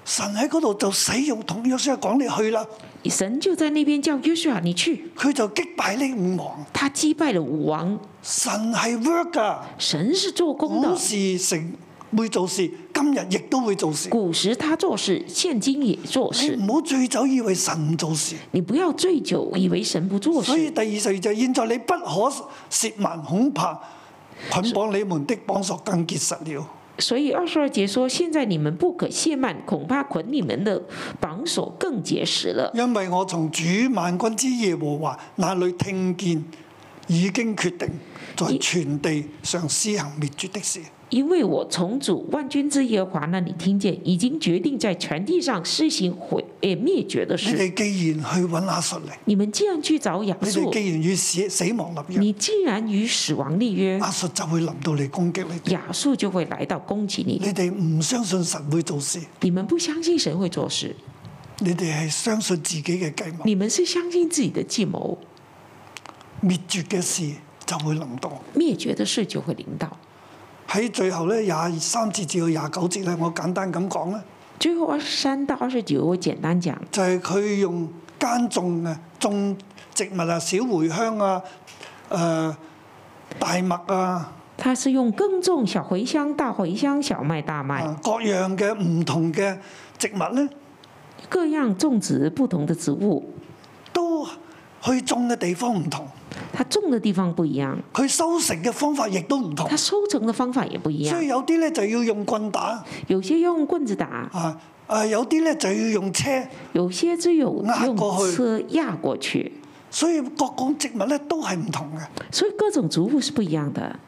神喺嗰度就使用同約書亞講：你去啦，神就在那边叫约书亚你去，佢就擊敗呢五王。他击败了武王，神係 work 噶，神是做工的古。時成會做事，今日亦都會做事。古时他做事，现今也做你事。唔好醉酒以為神唔做事。你不要醉酒，以为神不做所以事。第二十二就係現在你不可涉盲，恐怕捆綁你們的綁索更結實了。所以二十二节说：现在你们不可懈慢，恐怕捆你们的绑索更结实了。因為我從主萬軍之耶和華那裏聽見，已經決定在全地上施行滅絕的事。因为我从主万军之耶和华那里听见，已经决定在全地上施行毁诶灭绝的你事。哋既然去揾阿述嚟，你们既然去找亚你哋述，既然與死死亡立約，你既然与死亡立约，阿述就會臨到嚟攻擊你哋。亚述就会来到攻击你。你哋唔相信神會做事，你们不相信神会做事，你哋係相信自己嘅計謀，你们是相信自己的计谋，滅絕嘅事就會臨到。灭绝的事就会临到。喺最後咧廿三節至到廿九節咧，我簡單咁講咧，最后二十三到二十九，我简单讲，就係、佢用耕種啊、種植物啊、小茴香啊、誒、大麥啊、它是用耕种小茴香、大茴香、小麦、大麦啊各樣嘅唔同嘅植物咧，各样种植不同的植物，都去種嘅地方唔同，它种的地方不一样，佢收成嘅方法亦都唔同它，收成的方法也不一所样以。有啲咧就要用棍打有些用棍子打，啊，啊有啲咧就要用車，有些只有压用过去车压过去，所以各種植物咧都係唔同嘅。所以各種植物是不一样的。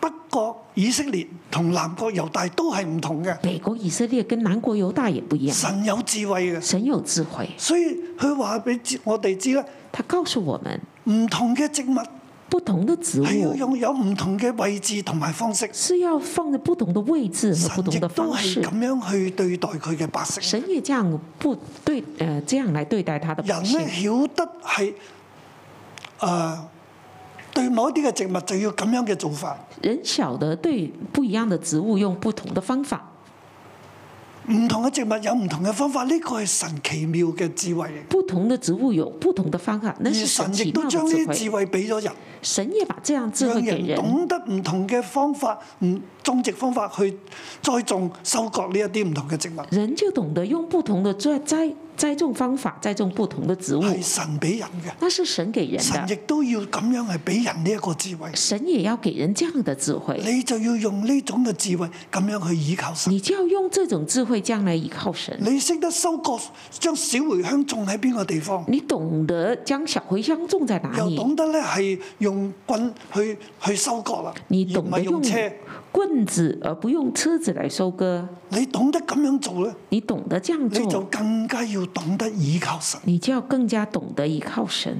北國以色列同南國猶大都係唔同嘅。北国以色列跟南国犹大也不一样。神有智慧嘅，神有智慧，所以佢話俾知我哋知咧，他告诉我们，唔同嘅植物不同的植係哎要物用有唔同嘅位置同埋方式。是要放在不同的位置和不神同亦的都方係式咁。樣去對待佢嘅百姓。神也这样不对，呃，这样来对待他的百人姓咧。曉得係誒、呃、對某一啲嘅植物就要咁樣嘅做法，人晓得对不一样的植物用不同的方法，唔同嘅植物有唔同嘅方法，呢、個係神奇妙嘅智慧嚟。不同的植物有不同的方法，那而是神神奇亦都妙的將呢智啲智慧。慧俾咗人，神也把这样智慧讓给人人，懂得唔同嘅方法、唔種植方法去栽種、收割呢一啲唔同嘅植物。人就懂得用不同的栽栽栽种方法栽种不同的植物，係神俾人嘅，那是神给人哎神亦的。都要咁樣係俾人呢一個智慧。神也要给人这样的智慧，你就要用呢種嘅智慧咁樣去倚靠神。你就要用这种智慧将来依靠神。你識得收割，將小茴香種喺邊個地方，你懂得将小茴香种在哪又里，懂得咧係用棍去去收割啦，而你唔係懂得用用車。棍子而不用车子来收割，你懂得咁樣做咧，你懂得这样你就做，更加要懂得倚靠神。你就要更加懂得依靠神。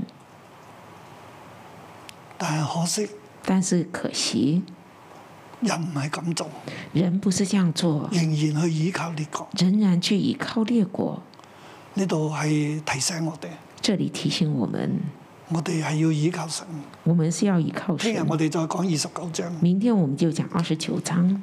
但係可惜，但是可惜，人唔係咁做，人不是这样做，仍然去倚靠列國。仍然去依靠列国。呢度係提醒我哋，这里提醒我们，我哋係要倚靠神。我们是要依靠聽日神。我哋再講二十九章。明天我们就讲二十九章。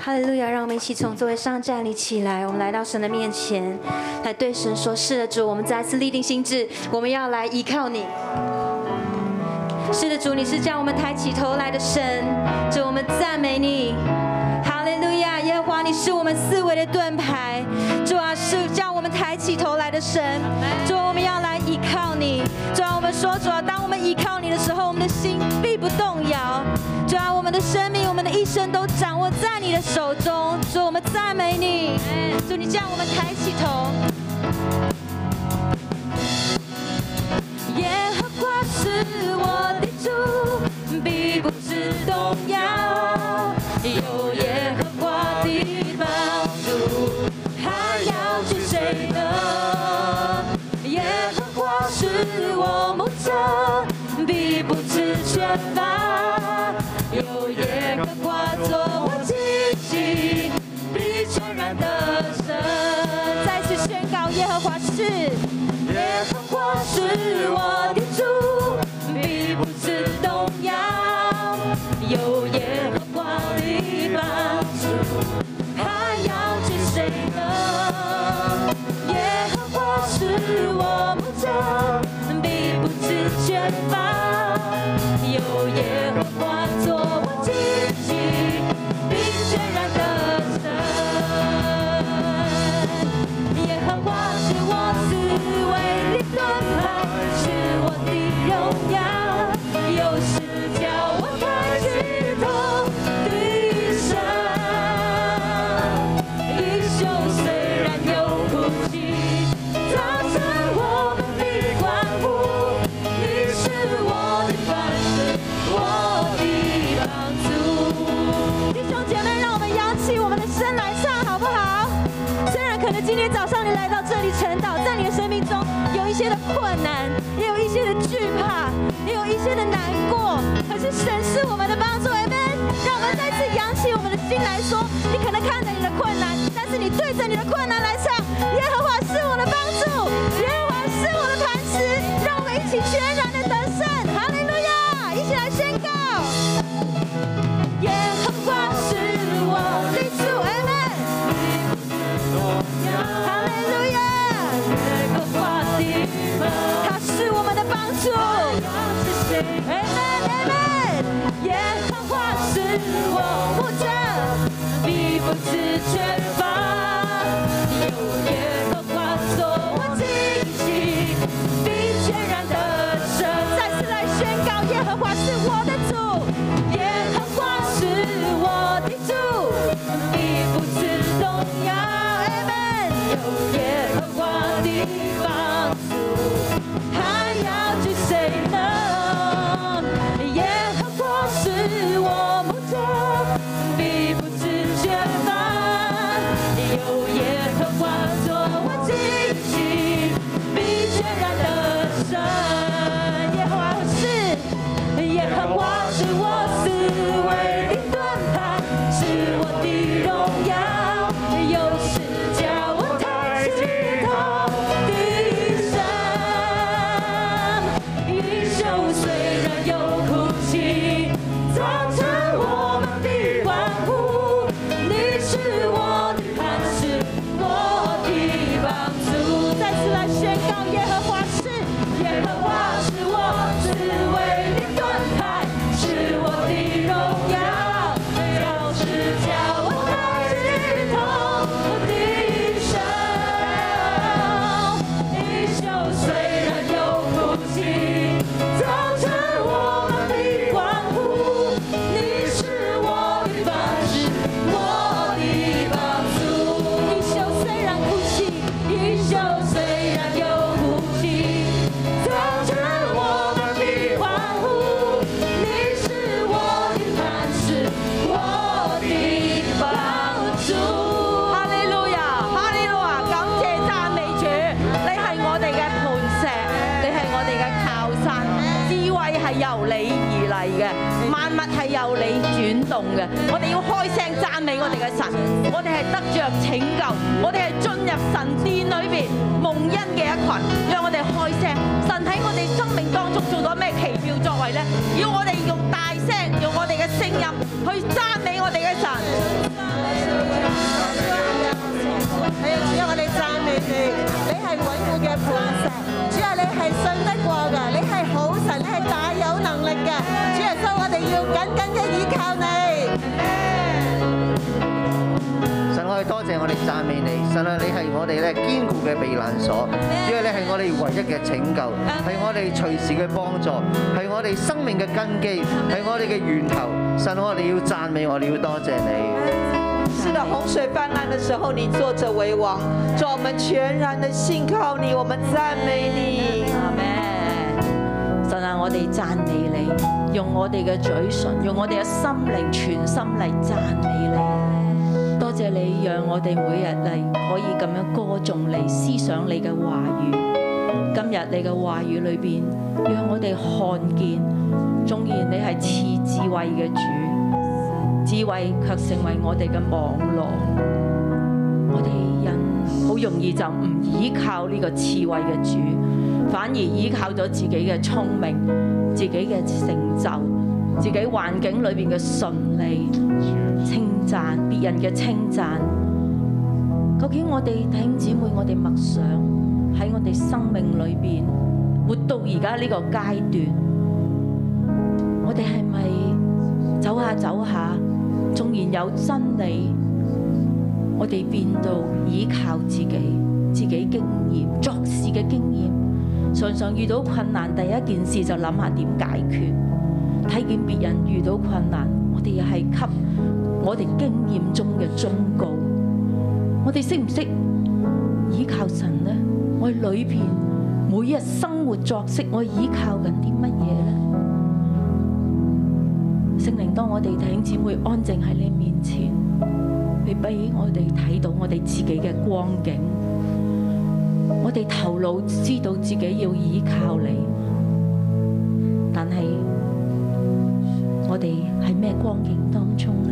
哈利路亚！让我们一起从座位上站立起来，我们来到神的面前，来对神说：“是的，主，我们再次立定心智，我们要来依靠你。是的，主，你是叫我们抬起头来的神，主，我们赞美你。”哈利路亚，耶和华，你是我们四维的盾牌，主啊，是叫我们抬起头来的神，主啊，我们要来依靠你，主啊，我们说主啊，当我们依靠你的时候，我们的心必不动摇，主啊，我们的生命，我们的一生都掌握在你的手中，主，我们赞美你，主，你叫我们抬起头。耶和华是我的主，必不致动摇。有耶和华的帮助，还要惧谁呢？耶和华是我牧者，必不致缺乏。有耶和华做我自己必全然的神。再次宣告，耶和华是。耶和华是我的主，必不致动摇。有耶和华的帮助，还发，有耶和华作我根基，并全然的神。耶和华是我思维的盾牌，是我的荣耀，有时叫我抬起头低声。领袖虽然有哭泣，他是我们的欢呼。你是我的磐石，我的帮助。弟兄姐妹，让我们扬起我们的声来唱，好不好？虽然可能今天早上你来到这里晨祷，在你的生命中有一些的困难，也有一些的惧怕，也有一些的难过，可是神是我们的帮助，amen。让我们再次扬起我们的心来说，你可能看着你的困难，但是你对着你的困难来唱，耶和华是我的帮助，耶和华是我的磐石，让我们一起全然的得胜，哈利路亚！一起来宣告。耶和华是我的主，amen。哈利路亚！他是我们的帮助。Amen, Amen。耶和华是我牧者，必不致缺乏。有耶和华作我惊喜，并全然的神。再次来宣告，耶和华是我的主，耶和华是我的主，必不致动摇。Amen。有耶和华的帮助。还要惧谁能？耶和华是我牧者，必不致缺乏。有耶和华作我惊喜，必全然的神。耶和华是，耶和华是我思维的盾牌，是我的荣耀，有时叫我抬起头。低声，英雄虽然有哭泣，造成我们的欢呼。你是我的磐石，我的帮助。再次来宣告，耶和华是，耶和华是我自卫的盾牌，是我的荣耀。要是叫我抬起头，我低声。英雄虽然有哭泣，造成我们的欢呼。你是我的帮助，我的帮助。英雄虽然哭泣，英雄虽然有哭泣，造成我们的欢呼。你是我的磐石，我的帮助。哈利路亞，哈利路亞，感謝讚美主，你係我哋嘅磐石，你係我哋嘅靠山，智慧係由你而嚟嘅，萬物係由你轉動嘅。我哋要開聲讚美我哋嘅神，我哋係得着拯救，我哋係進入神殿裏邊蒙恩嘅一群，讓我哋開聲，神喺我哋生命當中做咗咩奇妙作為呢？要我哋用大聲，用我哋嘅聲音去讚美我哋嘅神。你主啊，我哋讚美你，你係穩固嘅磐石，主啊，你係信得過嘅，你係好神，你係大有能力嘅，主耶穌，我哋要緊緊嘅依靠你。神，我哋多謝我哋讚美你，神啊，你係我哋咧堅固嘅避難所，主啊，你係我哋唯一嘅拯救，係我哋隨時嘅幫助，係我哋生命嘅根基，係我哋嘅源頭。神，我哋要讚美，我哋要多謝你。是的，洪水泛滥的时候，你坐着为王。主啊，我们全然的信靠你，我们赞美你。阿门。神啊，我哋赞美你，用我哋嘅嘴唇，用我哋嘅心灵，全心嚟赞美你。多谢你，让我哋每日嚟可以咁样歌颂你，思想你嘅话语。今日你嘅话语里边，让我哋看见，纵然你系赐智慧嘅主。智慧卻成為我哋嘅網絡。我哋人好容易就唔依靠呢個智慧嘅主，反而依靠咗自己嘅聰明、自己嘅成就、自己環境裏邊嘅順利、稱讚別人嘅稱讚。究竟我哋弟兄姊妹，我哋默想喺我哋生命裏邊活活到而家呢個階段，我哋係咪走下走下，縱然有真理，我哋變到依靠自己，自己經驗作事嘅經驗，常常遇到困難，第一件事就諗下點解決。睇見別人遇到困難，我哋係給我哋經驗中嘅忠告。我哋識唔識依靠神呢？我哋裏邊每日生活作息，我依靠緊啲乜嘢呢？聖靈，當我哋弟兄姊妹安靜喺你面前，你俾我哋睇到我哋自己嘅光景，我哋頭腦知道自己要依靠你，但係我哋喺咩光景當中呢？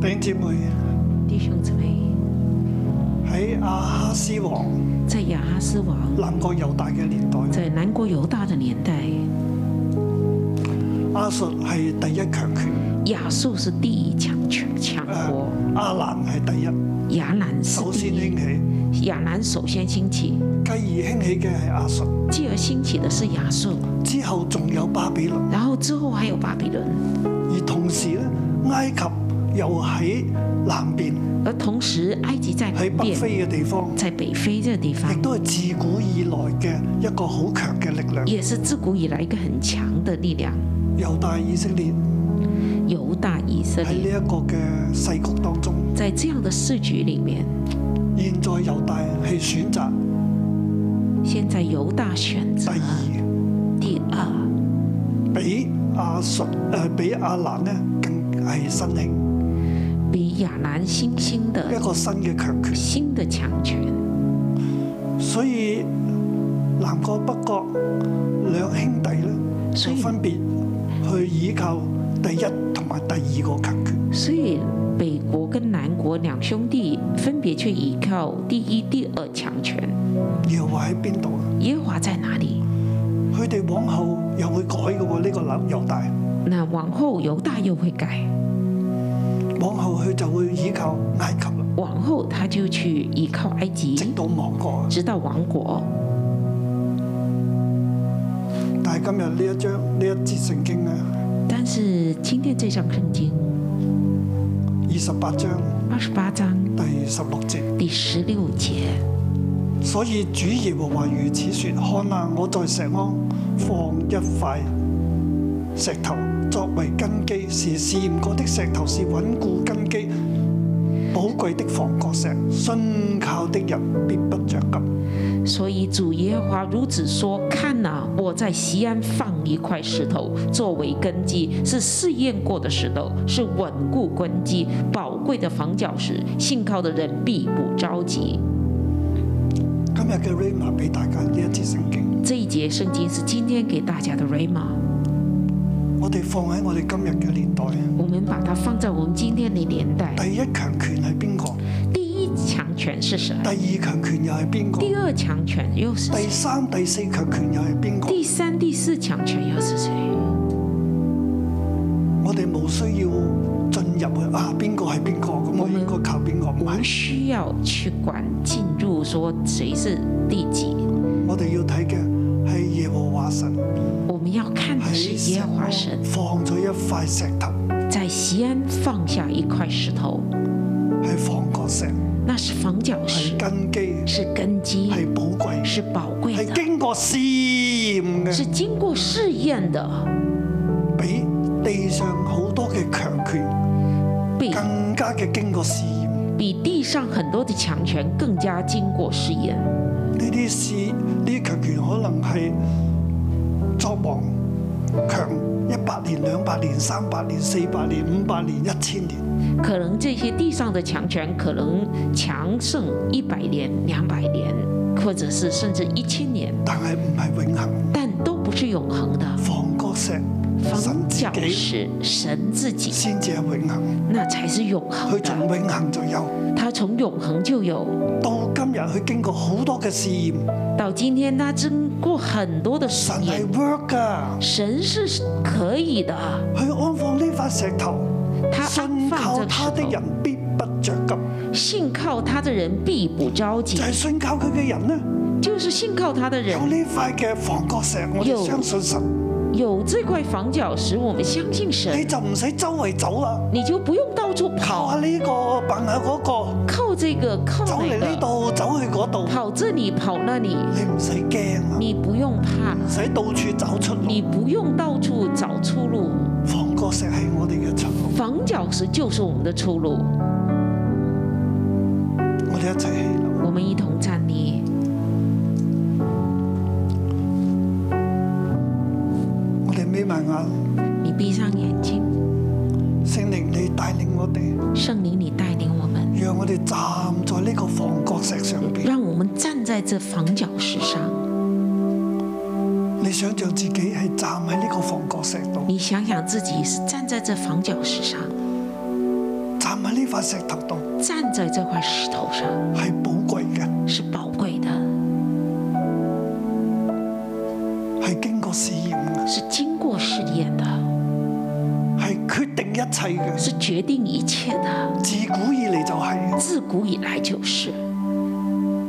弟兄姊妹弟兄姊妹，喺亞哈斯王在亞哈斯王，南國猶大嘅年代，在南國猶大的年代，亞述係第一強權，亞述是第一強權強誒國，亞蘭係第一，亞蘭是首第先興一，起，亞蘭首先興起，繼而興起嘅係亞述，繼而興起的是亞述，之後仲有巴比倫，然後之後還有巴比倫，而同時咧埃及又喺南邊而同時埃及在北喺北邊，非嘅地方，在北非這個地亦方，都係自古以來嘅一個好強嘅力量。也是自古以來一個很強的力量。猶大以色列猶大以色喺呢列一個嘅世局當中，在這樣的市局裡面，現在猶大係選擇現在猶大選第擇二，第二。比亞述誒比亞蘭咧更係新興比亞蘭新興一的個新嘅強權。新的強權，所以南國北國兩兄弟咧，所就以分別去倚靠第一同埋第二個強權。所以北國跟南國兩兄弟分別去依靠第一、第二強權。耶和華喺邊度啊？耶和華在哪裡？佢哋往後又會改嘅喎，呢、個南猶大那往後猶大又會改，往後佢就會倚靠埃及啦，往後他就去依靠埃直及，到亡國啊！直到亡國。但係今日呢一章呢一節聖經咧，但是今天這章聖經二十八章二十八章第十六節，第十六節，所以主耶和華如此説：看啊，我在石安放一塊石頭作為根基，是試驗過的石頭，是穩固根基、寶貴的房角石。信靠的人必不着急。所以主耶和華如此說：看哪、我在西安放一塊石頭作为根基，是试验过的石头，是稳固根基、宝贵的房角石。信靠的人必不着急。今日嘅 Rama 俾大家呢一節聖經。这一节圣经是今天给大家的 rama，我哋放喺我哋今日嘅年代，我们把它放在我们今天的年代。第一強權係邊個？第一强權是谁？第二強權又係邊個？第二强權又是第谁？三、第四強權又係邊個？第三、第四强權又是谁？我哋冇需要進入去啊，邊個係邊個？咁我應該靠邊個？唔我们係，需要去管进入说谁是第几。我哋要睇嘅係耶和華神我们要看的喺是石耶和华安神放咗一塊石頭，在西安放下一塊石頭，係房角石，那是房角石係，根基，是根基，係寶貴，是寶貴係的，經過試驗是嘅，經過試驗的，比地上好多嘅強權比更加嘅經過試驗。比地上很多的強權更加經過試驗。呢啲事，呢啲強權可能係作王強一百年、兩百年、三百年、四百年、五百年、一千年。可能這些地上的強權可能強盛一百年、兩百年，或者是甚至一千年，但係唔係永恆。但都不是永恆的。房角石方神教自己是神自己，先至係永恆。那才是永恒佢從的。永恆就有，他从永恒就有，到今日佢經過好多嘅試驗，到今天他经过很多的实神验係，work 㗎。神是可以的。啊佢安放呢塊石頭，他安信放靠这个他的石人头，必不着急，信靠他的人必不着急就係、，信靠佢嘅人呢，就是信靠他的人有呢塊嘅防角石，我哋有相信神，有这块房角石，我们相信你神，就唔使周圍走啦。你就不用到处靠跑，下呢、個笨下嗰、個，靠这个靠啊走嚟那呢个，度，走去嗰度，跑这里跑那里，你唔使驚啊，你不用怕，唔使到處找出你路。不用到处找出路。房角石係我哋嘅出路，房角石就是我们的出路。我哋一齊起立。我们一同站立，我哋眯埋眼，你闭上眼睛，聖靈你帶領我哋，圣灵你带领我们，讓我哋站在呢個房角石上邊。让我们站在这房角石上。你想象自己係站喺呢個房角石度，你想想自己是站在这房角石上，站喺呢塊石頭度站在这块石头上係寶貴嘅，是宝贵的，係經過試驗嘅，是经过试验的，係決定一切嘅。是决定一切的。自古以嚟就係嘅。自古以来就是，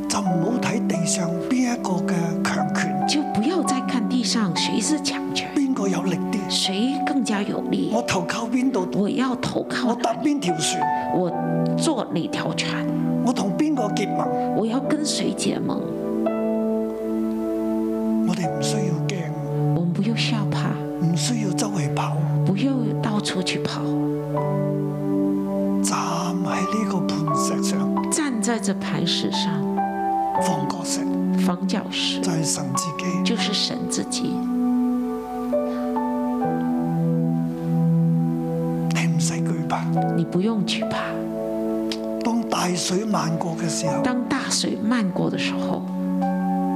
就唔好睇地上邊一個嘅強權，就不要再看地上谁是强权，邊個有力啲，谁更加有力。我投靠邊度，我要投我靠搭哪里？邊條船，我坐哪条船？我同邊個結盟，我要跟谁结盟？我哋唔需要驚，我们不用吓怕，唔需要周圍跑，不用到处去跑，站喺呢個磐石上，站在这磐石上，放角石房角石就係神自己。就是神自己，你唔使懼怕，你不用惧怕。當大水漫過嘅時候，当大水漫过的时候，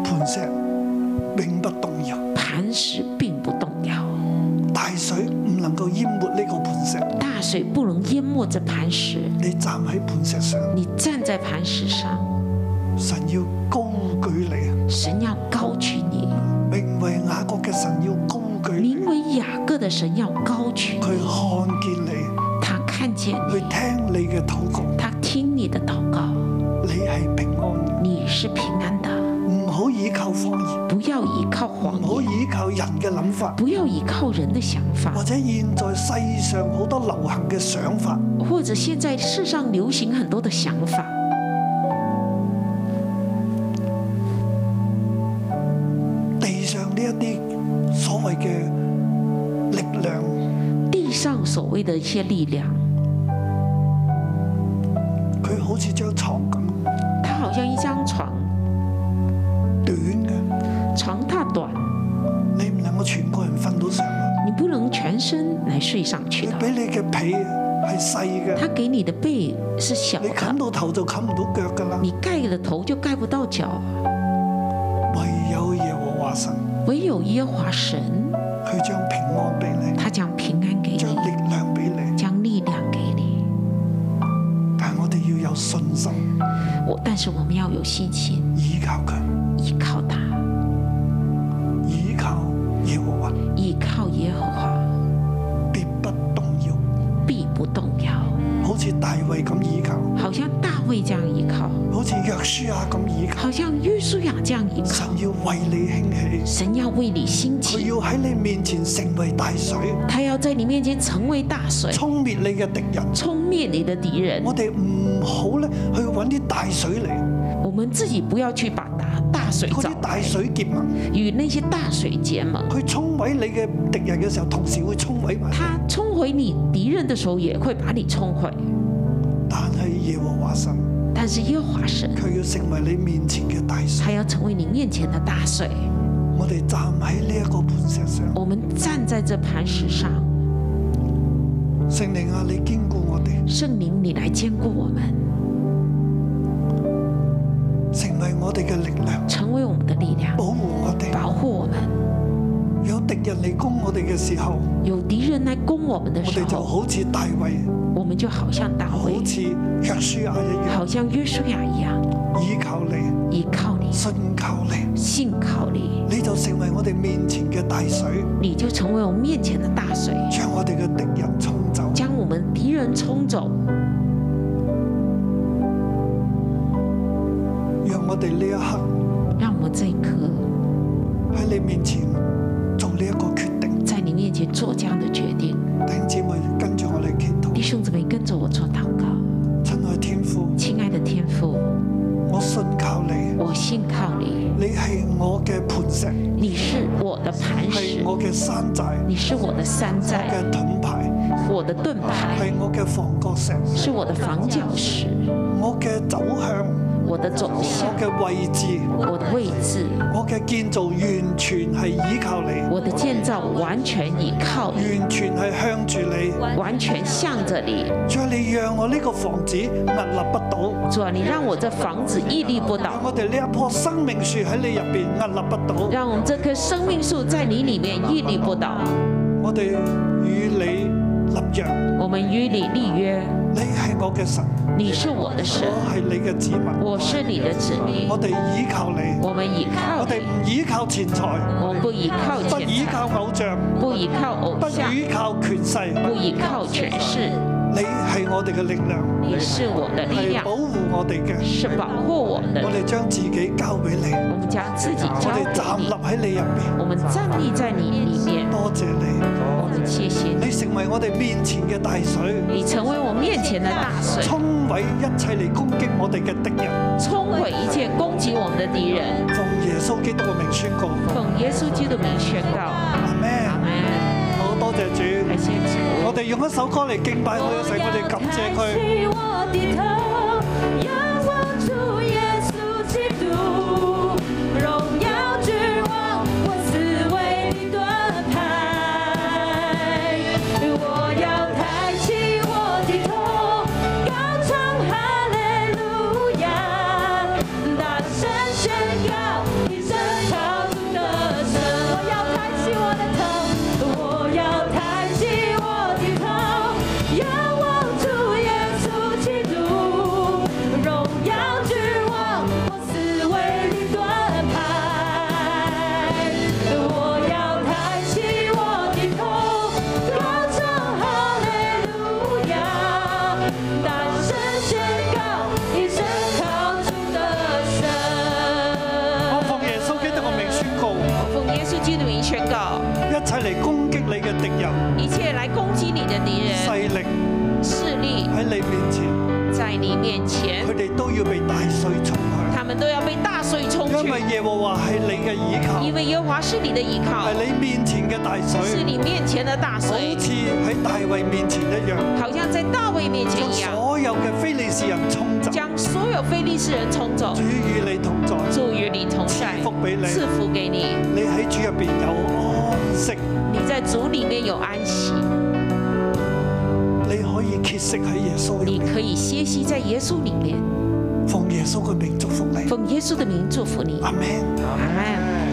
磐石永不動搖，磐石并不动摇，大水唔能夠淹沒呢個磐石。大水不能淹没这磐石。你站喺磐石上，你站在磐石上，神要高舉你，啊神要高举你，名為雅各嘅神要高舉你名。为雅各的神要高举佢你。看見你，他看见佢你，聽你嘅禱告，他聽你的祷告，你係平安，你是平安的。唔好依靠方言，不要依靠唔谎好言，依靠人嘅諗法，不要依靠人的想法或，者現在世上好多流行嘅想法，或者现在世上流行很多的想法，地上呢一啲所謂嘅力量，地上所谓的一些力量，佢好似張床咁它好像一张床，短嘅，床榻短，你唔能夠全個人瞓到上去。你不能全身来睡上去佢的。俾你嘅被係細嘅，它给你的被是小你冚的，到頭就冚唔到腳㗎啦。你盖了头就盖不到脚。唯有耶和華神，唯有耶和华神，佢將平安俾你，他将平安给將你，力量俾你。将力量给你。但我哋要有信心，我但是我们要有信心，依靠佢，依靠他，依靠耶和華，依靠耶和华，必不動搖。必不动摇。好似大衛咁依靠，好像大卫这样依靠，好似約書亞咁依靠。好像约书亚这样依靠。神要哎為你興起，神要为你兴佢起，要喺你面前成為大水，他要在你面前成为大水，沖滅你嘅敵人。冲灭你的敌人。我哋唔好咧去揾啲大水嚟，我们自己不要去把大大水嗰找啲大水結盟，与那些大水结盟。佢沖毀你嘅敵人嘅時候，同時會沖毀埋你。他冲回你敌人的时候，也会把你冲回。但係耶和華神，但是耶和华神，佢要成為你面前嘅大水。他要成为你面前的大水。我哋站喺呢一個磐石上，我们站在这磐石上，聖靈啊，你堅固我哋。圣灵，你来兼顾我们，成為我哋嘅力量，成为我们的力量，保護我哋。保护我们。有敵人嚟攻我哋嘅時候，有敌人来攻我们的我时哋就候，好似大衛，我们就好像大好卫，似約書亞一樣，好像约书亚一样，倚靠你，依靠你，信靠你，信靠你，你就成為我哋面前嘅大水，你就成为我们面前的大水，將我哋嘅敵人沖走。将我们敌人冲走。讓我哋呢一刻让我们这一刻喺你面前做呢一個決定。在你面前做这样的决定。弟兄姊妹跟住我哋祈弟禱，兄姊妹，跟着我做祷告。親愛天父，亲爱的天父，我信靠你，我信靠你，你係我嘅磐石，你是我的磐石係，我嘅山寨，你是我的山我寨，嘅盾牌，我的盾牌，係我嘅防角石，是我的防角石，我嘅走向，我的走向我，嘅位置。我的位置，我嘅建造完全係依靠你，我的建造完全依靠你，完全係向住你。完全向着你。主啊，你讓我呢個房子屹立不倒，主啊，你让我这房子屹立不讓倒，我哋呢一棵生命樹喺你入邊屹立不倒。让我们这棵生命树在你里面屹立不倒。我哋與你立約，我们与你立约，你係我嘅神，你是我的神，我係你嘅子民。我是你的子民，我哋依靠你，我们依靠我哋你。唔依靠錢財，我们不依靠不钱依财，靠偶像，不依靠不偶像，依靠權勢。不依靠权势，你係我哋嘅力量，你是我的力係量保，護我哋嘅。是保护我们的我。哋將自己交俾你，我们将自己我交哋站给立你，喺你入邊。我们站立在你里面。多謝你，我们谢谢你，你成為我哋面前嘅大水，你成为我面前的大水，沖毀一切嚟攻擊我哋嘅敵人。冲毁一切攻击我们的敌人。奉耶穌基督嘅名宣告，奉耶稣基督名宣告，阿阿咩？门。好多謝主，感谢主我。哋用一首歌嚟敬拜佢，使我哋感謝佢。起我的头，仰望主耶稣基督，荣耀之王，我思维的盾牌。我要抬起我的头，高唱哈利路亚，大声宣告，一声超主的神。我要抬起我的头，我要抬起我的头，仰望主耶稣基督，荣耀之王，我思维的盾牌。我要抬起我的头，高唱哈利路亚，大声宣告，一声靠主的我奉神。耶穌基督嘅名宣告，奉耶稣基督名宣告，一切嚟攻擊你嘅敵人一切来攻击你的敌人勢力势力喺你面前，在你面前佢，哋都要被大水沖去，他们都要被大水冲因去為。耶和華係你嘅倚靠，因为耶和华是你的依靠係，你面前嘅大是水，你面前的大好水，似喺大衛面前一樣。好像在大卫面前將一样，所有嘅非利士人衝走，将所有非利士人冲走主。與你同在，祝与你同在賜福俾，你赐福给你，你喺主入邊有安息，你在主里面有安息，你可以歇息喺耶穌入你邊。可以歇息在耶稣里面。奉耶穌嘅名祝福你，奉耶稣的名祝福你，阿 Man。阿门。